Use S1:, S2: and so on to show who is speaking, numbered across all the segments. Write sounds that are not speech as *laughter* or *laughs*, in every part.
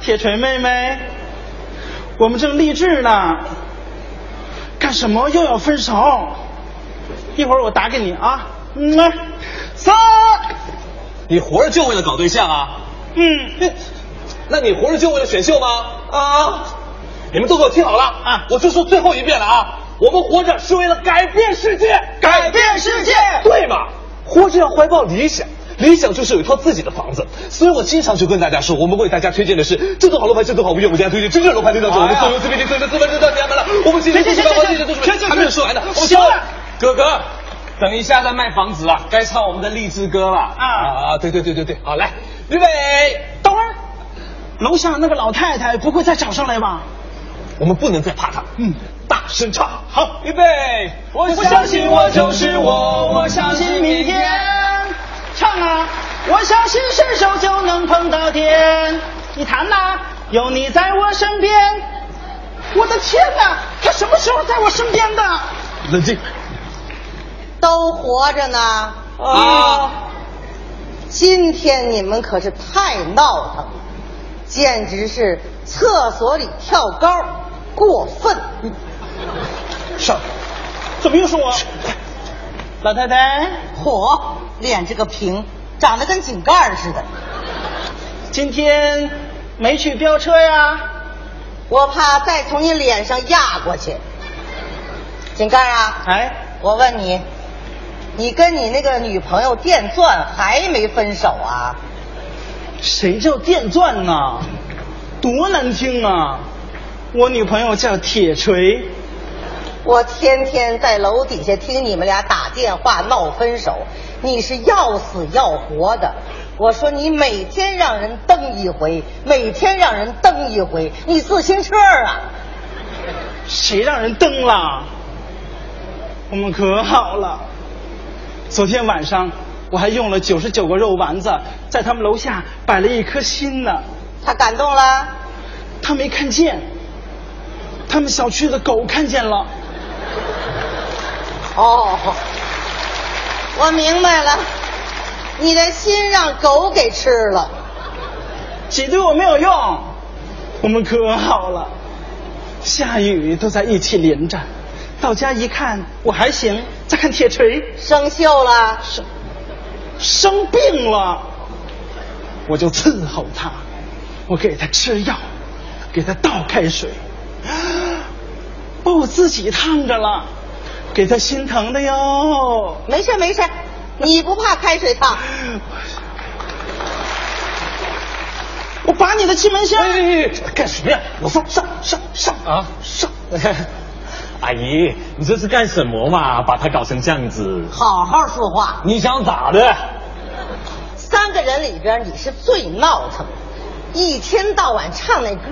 S1: 铁锤妹妹，我们正励志呢，干什么又要分手？一会儿我打给你啊，嗯，三，
S2: 你活着就为了搞对象啊？
S1: 嗯，
S2: 那那你活着就为了选秀吗？啊！你们都给我听好了
S1: 啊
S2: 我就说最后一遍了啊！我们活着是为了改变世界，
S1: 改变世界
S2: 对嘛？活着要怀抱理想，理想就是有一套自己的房子。所以我经常就跟大家说，我们为大家推荐的是这栋好楼盘，这栋好物业，我们家推荐真正楼盘，这栋好我们所有资本金、所有的资本都到你家门了。我们今天
S1: 行
S2: 这
S1: 行行
S2: 个房
S1: 行
S2: 子都
S1: 行
S2: 是
S1: 行
S2: 还没有说完呢，我们
S1: 行
S2: 先
S1: 了
S2: 哥哥。等一下再卖房子啊，该唱我们的励志歌了啊啊！对对对对对，好来，预备，
S1: 等会儿，楼下那个老太太不会再找上来吧？
S2: 我们不能再怕他，
S1: 嗯，
S2: 大声唱，好，预备，我相信我就是我，我相信明天。，
S1: 唱啊！我相信伸手就能碰到天，你弹呐、有你在我身边。我的天哪，他什么时候在我身边的？
S2: 冷静
S3: 都活着呢。
S2: 啊！
S3: 今天你们可是太闹腾了，简直是厕所里跳高，过分。
S2: 上，
S1: 怎么又啊是我？老太太，
S3: 火脸这个平，长得跟井盖似的，
S1: 今天没去飙车呀？
S3: 我怕再从你脸上压过去。井盖啊，
S1: 哎，
S3: 我问你，你跟你那个女朋友电钻还没分手啊？
S1: 谁叫电钻呢？多难听啊！我女朋友叫铁锤，
S3: 我天天在楼底下听你们俩打电话闹分手，你是要死要活的。我说你每天让人蹬一回，每天让人蹬一回，你自行车啊！
S1: 谁让人蹬了？我们可好了。昨天晚上我还用了九十九个肉丸子，在他们楼下摆了一颗心呢，
S3: 他感动了，
S1: 他没看见。他们小区的狗看见了，
S3: 哦，我明白了，你的心让狗给吃了。
S1: 挤兑我没有用。我们可好了，下雨都在一起淋着。到家一看我还行，再看铁锤
S3: 生锈了，
S1: 生生病了，我就伺候他，我给他吃药，给他倒开水，把我自己烫着了，给他心疼的哟。
S3: 没事没事，你不怕开水烫？
S1: 我拔你的气门
S2: 哎
S1: 芯，
S2: 哎，哎干什么呀？我上上上上啊上！ *laughs* 阿姨，你这是干什么嘛？把他搞成这样子，
S3: 好好说话。
S2: 你想咋的？
S3: 三个人里边你是最闹腾，一天到晚唱那歌，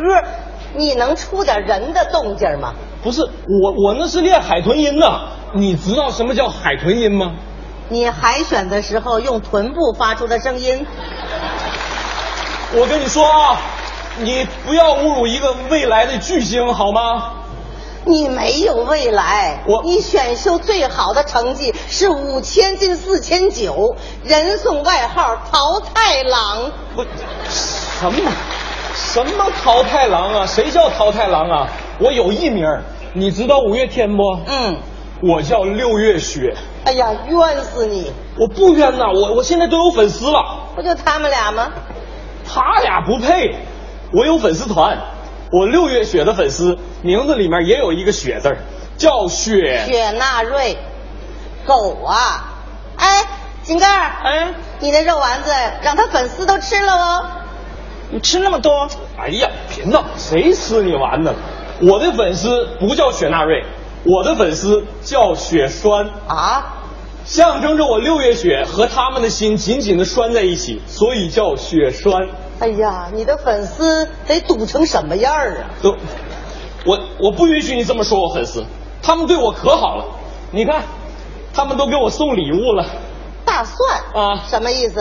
S3: 你能出点人的动静吗？
S2: 不是我，我那是练海豚音呢。你知道什么叫海豚音吗？
S3: 你海选的时候用臀部发出的声音，
S2: 我跟你说啊，你不要侮辱一个未来的巨星好吗？
S3: 你没有未来。
S2: 我
S3: 你选秀最好的成绩是五千进四千九，人送外号“淘汰郎
S2: 我什么什么淘汰郎啊？谁叫淘汰郎啊？我有艺名儿，你知道五月天不”。？
S3: 嗯，
S2: 我叫六月雪，
S3: 哎呀，冤死你！
S2: 我不冤呐，我我现在都有粉丝了。
S3: 不就他们俩吗？
S2: 他俩不配，我有粉丝团，我六月雪的粉丝名字里面也有一个雪字儿，叫雪。
S3: 雪纳瑞，狗啊！哎，井盖儿，
S1: 哎，
S3: 你那肉丸子让他粉丝都吃了哦。
S1: 你吃那么多，
S2: 哎呀，别闹，谁吃你丸呢？我的粉丝不叫雪纳瑞，我的粉丝叫雪酸。
S3: 啊，
S2: 象征着我六月雪和他们的心紧紧地拴在一起，所以叫雪栓。
S3: 哎呀，你的粉丝得堵成什么样儿啊？
S2: 都，我我不允许你这么说我粉丝，他们对我可好了。你看，他们都给我送礼物了，
S3: 大蒜
S2: 啊
S3: 什么意思？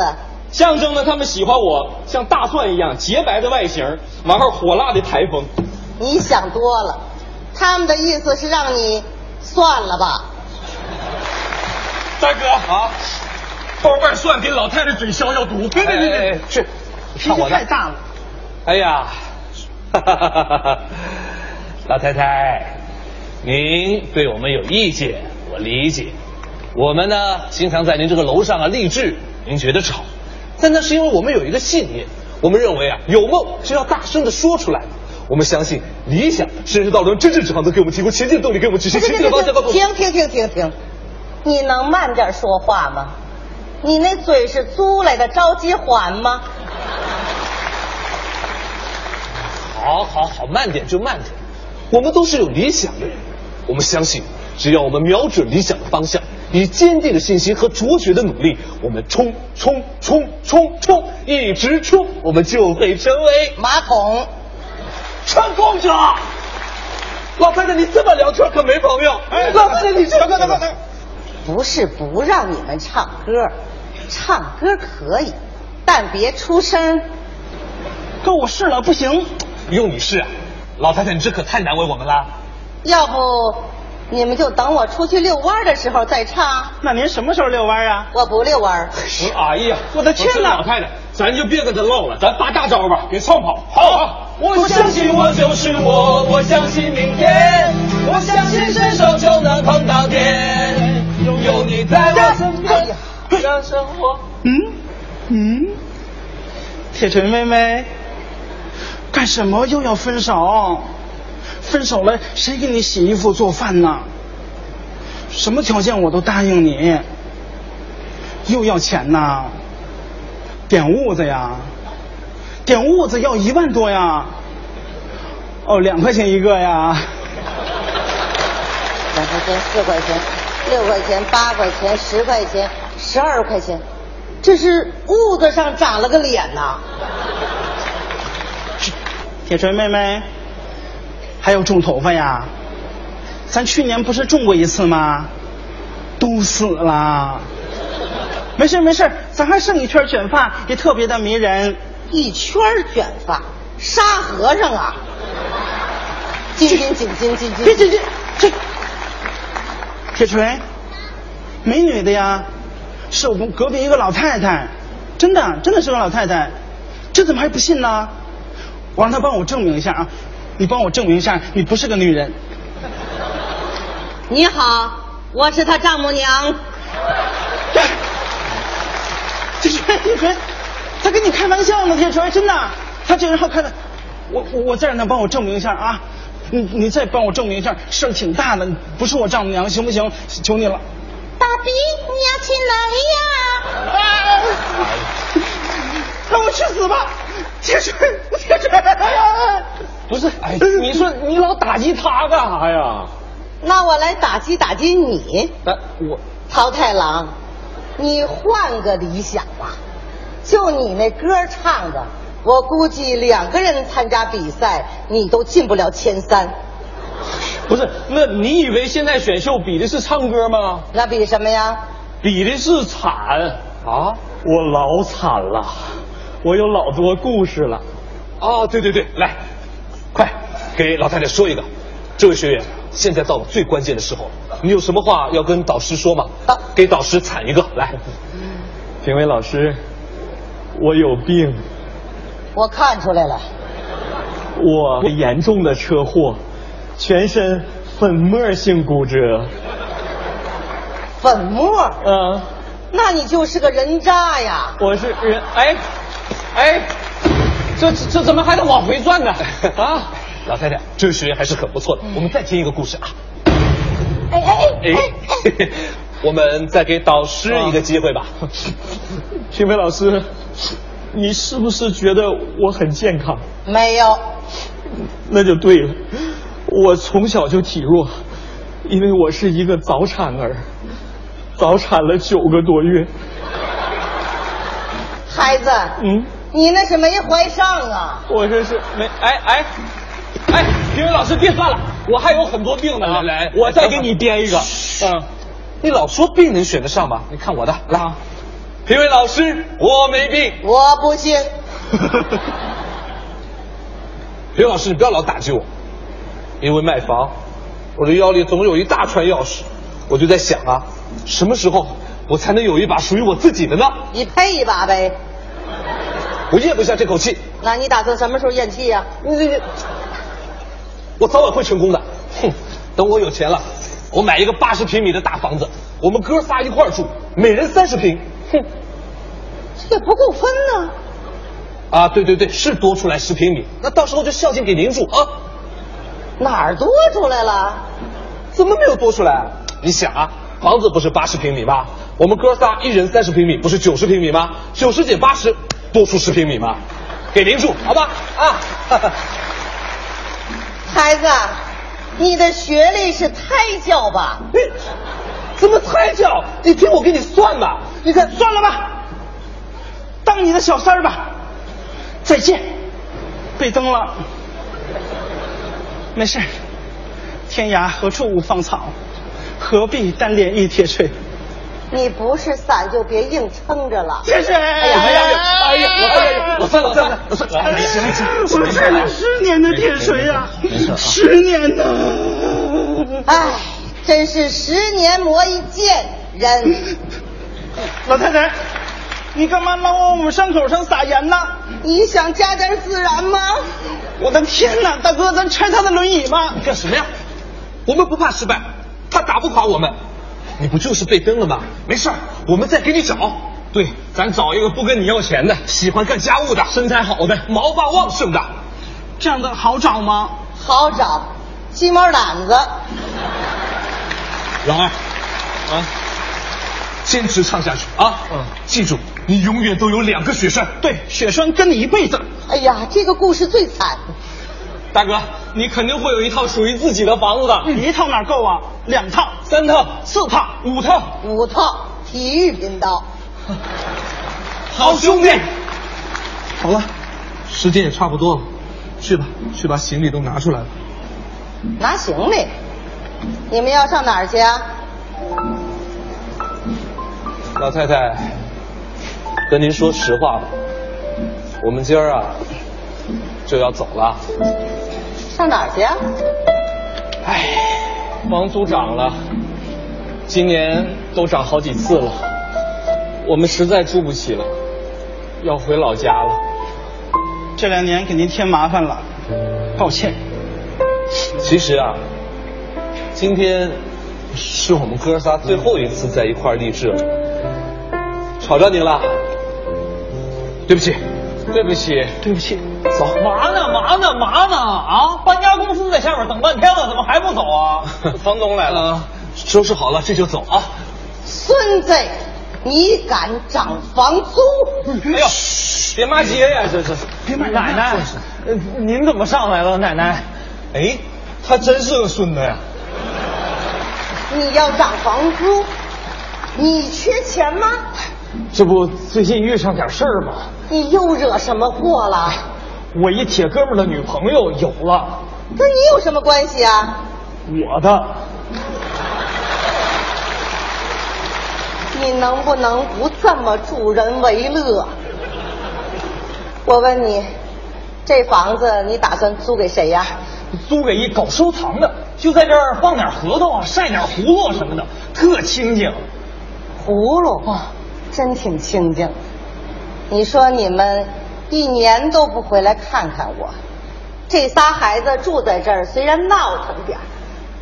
S2: 象征着他们喜欢我，像大蒜一样洁白的外形，完后火辣的台风。
S3: 你想多了，他们的意思是让你算了吧。
S2: 大哥啊，包瓣蒜比老太太嘴消消毒。对对对对，去，
S1: 脾气太大了。
S2: 哎呀， *laughs* 老太太，您对我们有意见，我理解。我们呢，经常在您这个楼上啊励志，您觉得吵，但那是因为我们有一个信念，我们认为啊，有梦就要大声的说出来。我们相信理想甚至到能真正指望，能给我们提供前进的动力，给我们指示前进的方向。
S3: 停停停停停！你能慢点说话吗？你那嘴是租来的，着急还吗？
S2: 好好好，慢点就慢点。我们都是有理想的人，我们相信，只要我们瞄准理想的方向，以坚定的信心和卓绝的努力，我们冲冲冲冲冲，一直冲，我们就会成为
S3: 马桶。
S2: 成功者。老太太，你这么聊天可没朋友。哎，老太太，你这……
S1: 等等等，
S3: 不是不让你们唱歌，唱歌可以，但别出声。
S1: 跟我试了不行，
S2: 用你试啊，老太太，你这可太难为我们了。
S3: 要不你们就等我出去遛弯儿的时候再唱。
S1: 那您什么时候遛弯啊？
S3: 我不遛弯儿，
S2: 哎呀，
S1: 我的天
S4: 老
S1: 哪！
S4: 太太，咱就别跟他唠了，咱发大招吧，给唱跑。好啊，
S2: 我相信我就是我，我相信明天，我相信伸手就能碰到天。有你在我身
S3: 哎呀，
S2: 边，让生活。
S1: 嗯嗯，铁锤妹妹，干什么又要分手？分手了谁给你洗衣服做饭呢？什么条件我都答应你，又要钱呐？点痦子呀，点痦子要一万多呀，哦，两块钱一个呀。
S3: 两块钱、四块钱、六块钱、八块钱、十块钱、十二块钱，这是痦子上长了个脸呐、
S1: 铁锤妹妹，还有种头发呀？咱去年不是种过一次吗？都死了。没事没事，咱还剩一圈卷发，也特别的迷人。
S3: 一圈儿卷发，沙和尚啊！紧紧紧紧紧紧，
S1: 这这这这，铁锤，美女的呀，是我们隔壁一个老太太，真的真的是个老太太，这怎么还不信呢？我让她帮我证明一下啊，你帮我证明一下，你不是个女人。
S3: 你好，我是他丈母娘。
S1: *laughs* 铁锤，铁锤，他跟你开玩笑呢，铁锤，真的，他这人好开玩我我我再让他帮我证明一下啊，你你再帮我证明一下，事儿挺大的，不是我丈母娘，行不行？求你了。
S3: 爸比，你要起来呀！
S1: 让我去死吧，铁锤，铁锤！
S4: 不是，哎，你说你老打击他干啥呀？
S3: 那我来打击打击你，
S2: 呃
S4: 咱我
S3: 桃太郎，你换个理想吧。就你那歌唱的，我估计两个人参加比赛，你都进不了前三。
S4: 不是，那你以为现在选秀比的是唱歌吗？
S3: 那比什么呀？
S4: 比的是惨啊！我老惨了，我有老多故事了。
S2: 哦，对对对，来，快给老太太说一个。这位学员，现在到了最关键的时候，你有什么话要跟导师说吗？
S3: 啊
S2: 给导师惨一个，来。
S4: 评委老师，我有病，
S3: 我看出来了，
S4: 我严重的车祸，全身粉末性骨折。
S3: 粉末，
S4: 嗯、
S3: 那你就是个人渣呀！
S4: 我是人，哎，哎， *laughs* 这这这怎么还得往
S2: *laughs*
S4: 回转呢？啊，
S2: 老太太，这位学员还是很不错的。我们再听一个故事啊。
S3: 哎哎哎，
S2: 哎， *laughs* 我们再给导师一个机会吧。
S4: 嗯评委老师，你是不是觉得我很健康？
S3: 没有，
S4: 那就对了，我从小就体弱，因为我是一个早产儿，早产了九个多月。
S3: 孩子，
S4: 嗯，
S3: 你那是没怀上啊！
S4: 我这是没
S2: 哎哎哎，评委老师别算了，我还有很多病呢。
S4: 来
S2: 来
S4: 啊来，
S2: 我再给你编一个。
S4: 嗯，
S2: 你老说病能选得上吗？你看我的，来，评委老师，我没病。
S3: 我不信，
S2: 刘老师，你不要老打击我，因为卖房，我的腰里总有一大串钥匙，我就在想啊，什么时候我才能有一把属于我自己的呢？
S3: 你配一把呗。
S2: 我咽不下这口气，
S3: 那你打算什么时候咽气呀、
S2: 你这这，我早晚会成功的。哼，等我有钱了，我买一个八十平米的大房子，我们哥仨一块儿住，每人三十平。哼，
S3: 这也不够分呢、
S2: 啊，对对对，是多出来十平米，那到时候就孝敬给您住啊。
S3: 哪儿多出来了？
S2: 怎么没有多出来、啊？你想啊，房子不是八十平米吗？我们哥仨一人三十平米，不是九十平米吗？九十减八十，多出十平米吗？给您住，好吧？啊，哈哈
S3: 孩子，你的学历是胎教吧？
S2: 你怎么胎教？你听我给你算吧，你看算了吧。
S1: 当你的小三儿吧。再见，被蹬了。没事儿，天涯何处无芳草，何必单恋一铁锤？
S3: 你不是伞就别硬撑着了。
S1: 谢谢。哎
S2: 哎呀，哎呀，我哎呀，我算了哎算了，我算了，
S1: 我踩了十年的铁
S2: 哎
S1: 锤呀、十年呐！
S3: 哎，真是十年磨一剑人。
S1: 老太太，你干嘛老往我们伤口上撒盐呢？
S3: 你想加点孜然吗？
S1: 我的天哪，大哥，咱拆他的轮椅吧！
S2: 干什么呀？我们不怕失败，他打不垮我们。你不就是被蹬了吗？没事儿，我们再给你找。对，咱找一个不跟你要钱的，喜欢干家务的，身材好的，毛发旺盛的。
S1: 这样的好找吗？
S3: 好找，鸡毛掸子。
S2: 老二，啊，坚持唱下去啊！嗯，记住，你永远都有两个雪山。
S1: 对，雪栓跟你一辈子。
S3: 哎呀，这个故事最惨。
S2: 大哥，你肯定会有一套属于自己的房子的，
S5: 嗯
S1: 你一套哪够啊？两套、
S2: 三套、
S1: 四套、
S2: 五套，
S3: 五套体育频道，
S2: 好兄弟。
S6: 好了，时间也差不多了，去吧，去把行李都拿出来吧。
S3: 拿行李。你们要上哪儿去啊？
S2: 老太太，跟您说实话吧，我们今儿啊就要走了，
S3: 上哪儿去啊？
S2: 房租涨了，今年都涨好几次了，我们实在住不起了，要回老家了。
S1: 这两年给您添麻烦了，抱歉。
S2: 其实啊，今天是我们哥仨最后一次在一块儿励志了，吵着您了，对不起，对不起，
S1: 对不起，
S2: 走。
S5: 嘛呢嘛呢嘛呢啊！搬家公司在下边等半天了，怎么还不走啊？
S2: *laughs*
S5: 房东来了，
S2: 呃，收拾好了这就走啊。
S3: 孙子，你敢涨房租？
S2: 哎呦，别骂街呀，这这。
S1: 别买
S5: 奶奶，呃您怎么上来了，奶奶？
S2: 哎，他真是个孙子呀。
S3: 你要涨房租？你缺钱吗？
S5: 这不最近遇上点事儿吗？
S3: 你又惹什么祸了？
S5: 我一铁哥们儿的女朋友有了，
S3: 跟你有什么关系啊？
S5: 我的，
S2: *laughs*
S3: 你能不能不这么助人为乐？我问你，这房子你打算租给谁呀、
S5: 租给一搞收藏的，就在这儿放点核桃啊，晒点葫芦什么的，特清静。
S3: 葫芦，哇，真挺清静。你说你们一年都不回来看看我，这仨孩子住在这儿，虽然闹腾点儿，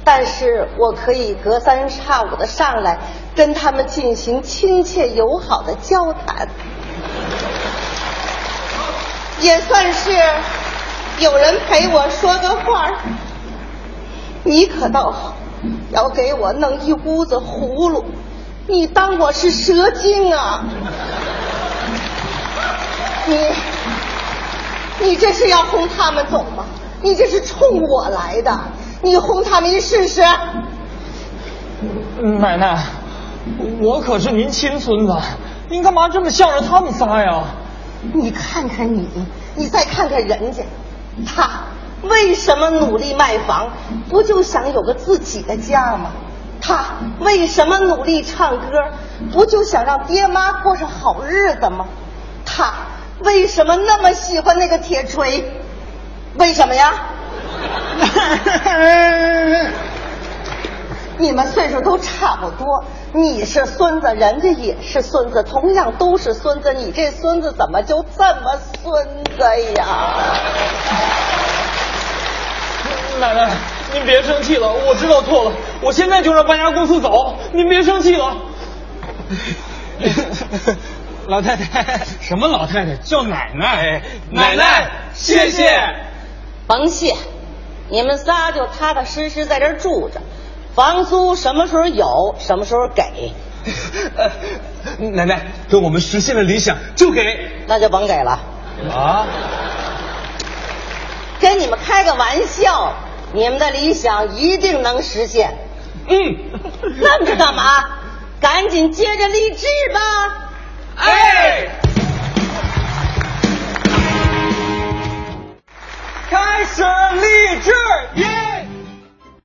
S3: 但是我可以隔三差五的上来跟他们进行亲切友好的交谈，也算是有人陪我说个话儿。你可倒好，要给我弄一屋子葫芦，你当我是蛇精啊？你，你这是要轰他们走吗？你这是冲我来的，你轰他们一试试。
S5: 奶奶，我可是您亲孙子，您干嘛这么向着他们仨呀？
S3: 你看看你，你再看看人家，他为什么努力卖房？不就想有个自己的家吗？他为什么努力唱歌？不就想让爹妈过上好日子吗？他为什么那么喜欢那个铁锤？
S5: *laughs*
S3: 为什么呀？你们岁数都差不多，你是孙子，人家也是孙子，同样都是孙子，你这孙子怎么就这么孙子呀？
S1: 奶奶，您别生气了，我知道错了，我现在就让搬家公司走，您别生气 *laughs* 了。
S2: 老太太，
S1: 什么老太太叫奶哎奶？
S2: 奶奶，谢谢。
S3: 甭谢，你们仨就踏踏实实在这儿住着，房租什么时候有，什么时候给，
S2: 呃奶奶，等我们实现了理想就给。
S3: 那就甭给了。
S2: 啊，
S3: 跟你们开个玩笑，你们的理想一定能实现。 *laughs* 嗯，愣着干嘛？赶紧接着励志吧！
S2: 哎，
S1: 开始励志，耶！